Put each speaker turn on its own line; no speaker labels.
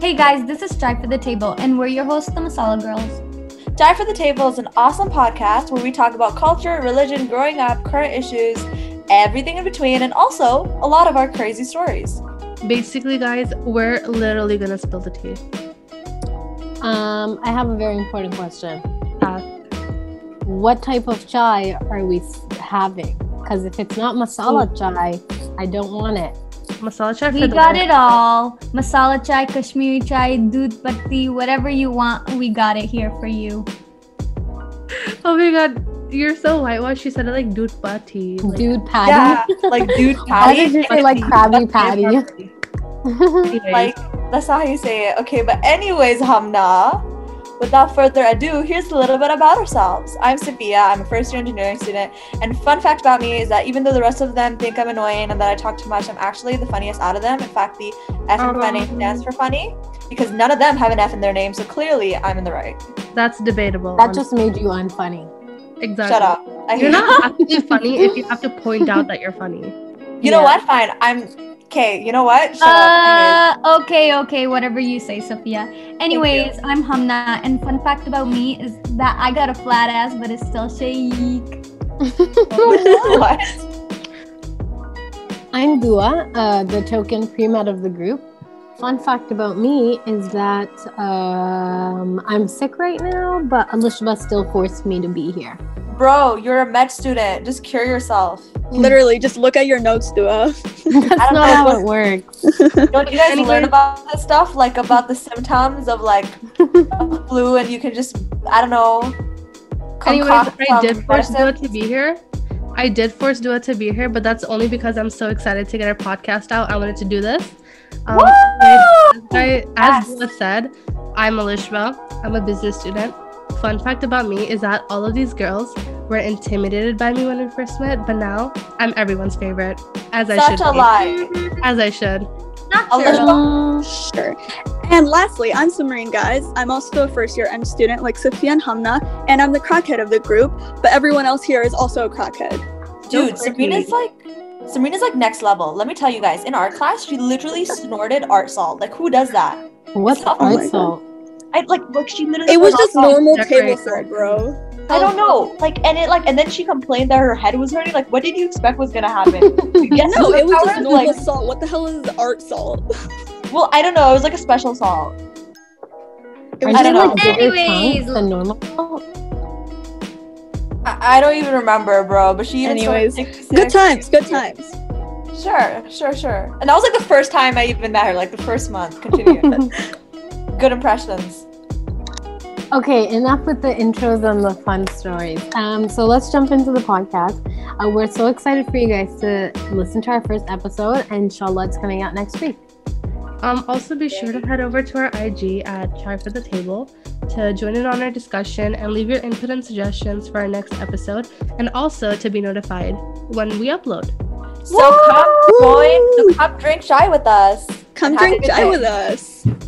Hey guys, this is Strive for the Table, and we're your hosts, the Masala Girls.
Dive for the Table is an awesome podcast where we talk about culture, religion, growing up, current issues, everything in between, and also a lot of our crazy stories.
Basically, guys, we're literally gonna spill the tea.
Um, I have a very important question. Uh, What type of chai are we s- having? Because if it's not masala chai, I don't want it.
Masala chai
We
for the
got
win.
it all masala chai, Kashmiri chai, doodh patti, whatever you want, we got it here for you.
Oh my god, you're so whitewashed. She said it like dude pati. Like,
Dude
Yeah,
patty.
like dude
Why did
patty.
you say like Krabby Patty?
Like that's not how you say it. Okay, but anyways, Hamna. Without further ado, here's a little bit about ourselves. I'm Sophia. I'm a first year engineering student. And fun fact about me is that even though the rest of them think I'm annoying and that I talk too much, I'm actually the funniest out of them. In fact, the F in my name
Oh.
stands for funny because none of them have an F in their name. So clearly, I'm in the right.
That's debatable.
That just made you unfunny.
honestly. exactly.
Shut up. I
You're
hate
not actually funny if you have to point out that you're funny.
You know
Yeah.
what? Fine. I'm okay. You know what? Shut up.
Uh, okay, okay, whatever you say, Sophia. Anyways, I'm Hamna, and fun fact about me is that I got a flat ass, but it's still chic.
Uh,
Anyways. what?
I'm Dua, uh, the token pre med of the group. Fun fact about me is that um, I'm sick right now, but Alishba still forced me to be here.
Bro, you're a med student. Just cure yourself.
Literally, just look at your notes, Dua.
That's
don't
not
know
how
what-
it works.
Don't you guys
Anyway.
learn about this stuff? Like about the symptoms of like flu, and you can just I don't know.
Anyways,
concoct
I did
some
force Dua
medicine.
to be here. I did force Dua to be here, but that's only because I'm so excited to get our podcast out. I wanted to do this. Um, I- I- as
Yes.
Dua said, I'm Alishma. I'm a business student. Fun fact about me is that all of these girls were intimidated by me when we first met, but now I'm everyone's favorite, as I should
Such a
be.
lie.
As I should.
Not
A
true.
little-
Um,
Sure. And lastly, I'm Samarine, guys. I'm also a first year M student like Sophia and Hamna, and I'm the crackhead of the group, but everyone else here is also a crackhead.
Dude, Sabrina's like Sabrina's like next level. Let me tell you guys. In art class, she literally snorted art salt. Like who does that?
what's
Oh
my
art
God.
salt?
I like like she literally.
It was
snorted
just
art salt.
normal
decorate
table salt, bro.
I don't know. Like, and it like, and then she complained that her head was hurting. Like, what did you expect was gonna happen? Yes,
No, it was just normal
like,
salt. What the hell is art salt?
well, I don't know. It was like a special salt.
It
Are
was
I
they
don't
just
like
know.
bigger
Anyways.
tongues than normal salt?
I, I don't even remember, bro. But she even
Anyways,
started six-
good
six-
times. Good times.
Sure, sure, sure. And that was like the first time I even met her. Like the first month. Continue. good impressions.
Okay, enough with the intros and the fun stories. Um, so let's jump into the podcast. Uh, we're so excited for you guys to listen to our first episode, and inshallah, it's coming out next week.
Um, also, be sure to head over to our IG at Chai for the Table to join in on our discussion and leave your input and suggestions for our next episode, and also to be notified when we upload.
So come join. So come drink chai with us.
Come
and have a
drink
good
chai
day.
with us.